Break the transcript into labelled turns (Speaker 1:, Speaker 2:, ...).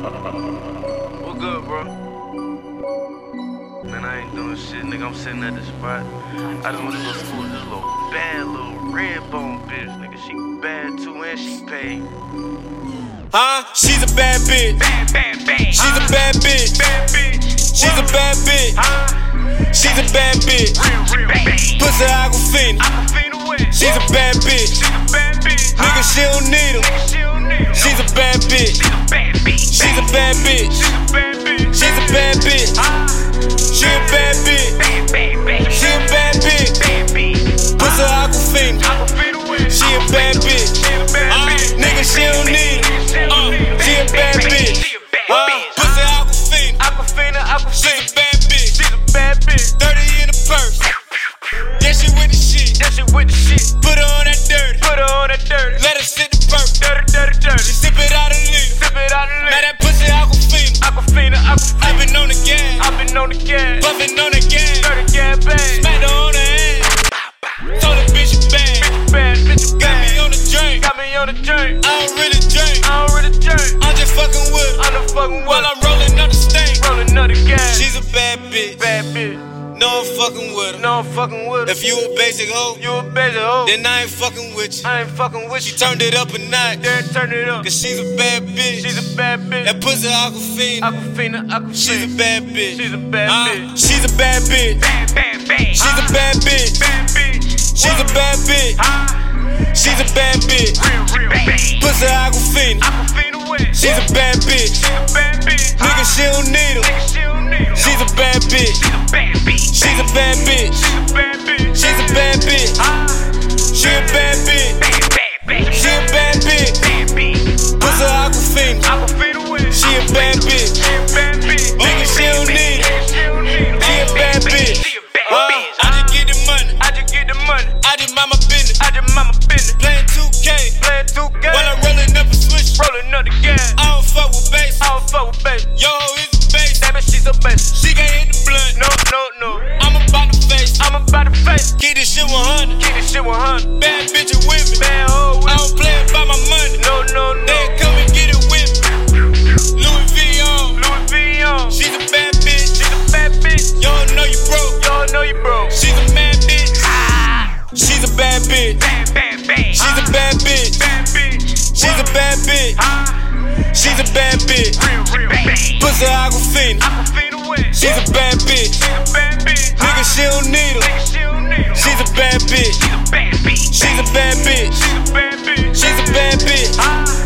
Speaker 1: What good, bro? Man, I ain't doing shit, nigga. I'm sitting at the spot. I just want to go fool this little bad little red bone bitch, nigga. She bad too and she paid.
Speaker 2: Huh? She's a bad bitch.
Speaker 1: Bad, bad, bad.
Speaker 2: She's a bad bitch.
Speaker 1: bad bitch.
Speaker 2: She's a bad bitch. She's a bad bitch.
Speaker 1: Real, real bad.
Speaker 2: Pussy Aquafina.
Speaker 1: I'm a fiend away. She's
Speaker 2: She's a bad bitch.
Speaker 1: a bad bitch.
Speaker 2: Nigga, she don't need him.
Speaker 1: She don't need no-
Speaker 2: She's a bad bitch.
Speaker 1: She's a bad bitch.
Speaker 2: She's a bad bitch.
Speaker 1: She's a bad bitch.
Speaker 2: She's a bad bitch.
Speaker 1: Bad,
Speaker 2: She a bad bitch.
Speaker 1: bad, bad.
Speaker 2: She a bad bitch.
Speaker 1: Bad bitch.
Speaker 2: Pussy Aquafina.
Speaker 1: I'm a fiend away.
Speaker 2: She a bad bitch.
Speaker 1: She a bad
Speaker 2: Uh,
Speaker 1: bitch.
Speaker 2: nigga, she don't need him. Uh, she a bad bitch.
Speaker 1: She a bad
Speaker 2: Uh,
Speaker 1: bitch.
Speaker 2: Pussy Aquafina.
Speaker 1: Aquafina, Aquafina,
Speaker 2: She's a bad bitch.
Speaker 1: she's a bad bitch.
Speaker 2: 30 in the purse. Yeah, she with the shit.
Speaker 1: That shit with the shit,
Speaker 2: Put her on that dirty.
Speaker 1: put her on that dirty,
Speaker 2: Let her sit the burp.
Speaker 1: dirty, dirty, dirty.
Speaker 2: Sip it out and leave.
Speaker 1: Sip it out of
Speaker 2: Now
Speaker 1: lip.
Speaker 2: that pussy Aquafina.
Speaker 1: Aquafina,
Speaker 2: I've
Speaker 1: Aquafina.
Speaker 2: been on the gas.
Speaker 1: I've been on the gas,
Speaker 2: Buffin' on the gas.
Speaker 1: dirty gas bag.
Speaker 2: Smacked her on the ass. Told the bitch you bad.
Speaker 1: Bad bitch,
Speaker 2: Got me
Speaker 1: bad.
Speaker 2: on the drink.
Speaker 1: Got me on the drink.
Speaker 2: I don't really drink.
Speaker 1: I don't really drink.
Speaker 2: I'm just fucking with her.
Speaker 1: I'm the fucking
Speaker 2: While
Speaker 1: one.
Speaker 2: I'm rolling up the stank.
Speaker 1: Roll another gas.
Speaker 2: She's a bad bitch.
Speaker 1: bad bitch.
Speaker 2: No, I'm fucking with her.
Speaker 1: No, I'm fucking with her.
Speaker 2: If you a basic hoe,
Speaker 1: You a bitch, hoe.
Speaker 2: then I ain't fucking with you.
Speaker 1: I ain't fucking with
Speaker 2: She
Speaker 1: you.
Speaker 2: turned it up a notch.
Speaker 1: Then turn it up.
Speaker 2: Cause she's a bad bitch.
Speaker 1: She's a bad
Speaker 2: That
Speaker 1: bitch.
Speaker 2: pussy Aquafina.
Speaker 1: Aquafina, Aquafina.
Speaker 2: She's a bad bitch.
Speaker 1: She's a bad
Speaker 2: Uh,
Speaker 1: bitch.
Speaker 2: She's a bad bitch.
Speaker 1: Bad, bad, bad.
Speaker 2: She's a bad bitch.
Speaker 1: bad bitch.
Speaker 2: She's a bad bitch. She's a bad bitch.
Speaker 1: Real, real bad.
Speaker 2: Pussy Aquafina.
Speaker 1: Aquafina wet.
Speaker 2: She's a bad bitch.
Speaker 1: a bad bitch.
Speaker 2: Nigga, she don't need him.
Speaker 1: Nigga, she don't need 'em.
Speaker 2: She's a bad bitch.
Speaker 1: She's a bad bitch.
Speaker 2: She's a bad bitch.
Speaker 1: She's a bad bitch.
Speaker 2: She's a bad bitch.
Speaker 1: Ah,
Speaker 2: She a bad bitch.
Speaker 1: bad, bad, bad.
Speaker 2: She a bad bitch.
Speaker 1: Bad bitch.
Speaker 2: Pussy Aquafina.
Speaker 1: Aquafina wet.
Speaker 2: She a bad bitch.
Speaker 1: She a bad bitch.
Speaker 2: Nigga, she don't need him.
Speaker 1: Nigga, she don't need 'em.
Speaker 2: She a bad bitch.
Speaker 1: She a bad
Speaker 2: Uh,
Speaker 1: bitch.
Speaker 2: I just get the money.
Speaker 1: I just get the money.
Speaker 2: I just mind my business.
Speaker 1: I just mind my business.
Speaker 2: Playing 2K.
Speaker 1: Playing 2K.
Speaker 2: While I'm rolling up a switch.
Speaker 1: Rolling another gas.
Speaker 2: I don't fuck with bass.
Speaker 1: I don't fuck with baby.
Speaker 2: Yo, is a bass.
Speaker 1: That bitch, she's a bitch.
Speaker 2: She can't hit the blunt.
Speaker 1: No, no, no.
Speaker 2: I'm about to face.
Speaker 1: I'm about to face.
Speaker 2: Keep this shit 100.
Speaker 1: Keep this shit 100.
Speaker 2: Bad bitch and women.
Speaker 1: Bad hoe with
Speaker 2: I don't play about my money.
Speaker 1: oh, No, no, no.
Speaker 2: They come and get it with me. Louis V on.
Speaker 1: Louis V on. She's
Speaker 2: She's a bad bitch.
Speaker 1: a fat bitch.
Speaker 2: Y'all know you broke.
Speaker 1: Y'all know you broke.
Speaker 2: She's a mad bitch. She's a bad bitch.
Speaker 1: Bad, bad, bad.
Speaker 2: She's a bad bitch.
Speaker 1: bad bitch.
Speaker 2: She's a bad bitch.
Speaker 1: Ah,
Speaker 2: She's a bad bitch.
Speaker 1: real, real bad.
Speaker 2: Pussy Aquafina.
Speaker 1: Aquafina wet. She's
Speaker 2: She's a bad bitch.
Speaker 1: a bad bitch.
Speaker 2: Nigga, she don't need her.
Speaker 1: Nigga, she don't need 'em.
Speaker 2: She's a bad bitch.
Speaker 1: She's a bad bitch.
Speaker 2: She's a bad bitch.
Speaker 1: She's a bad bitch.
Speaker 2: She's a bad bitch.
Speaker 1: Ah.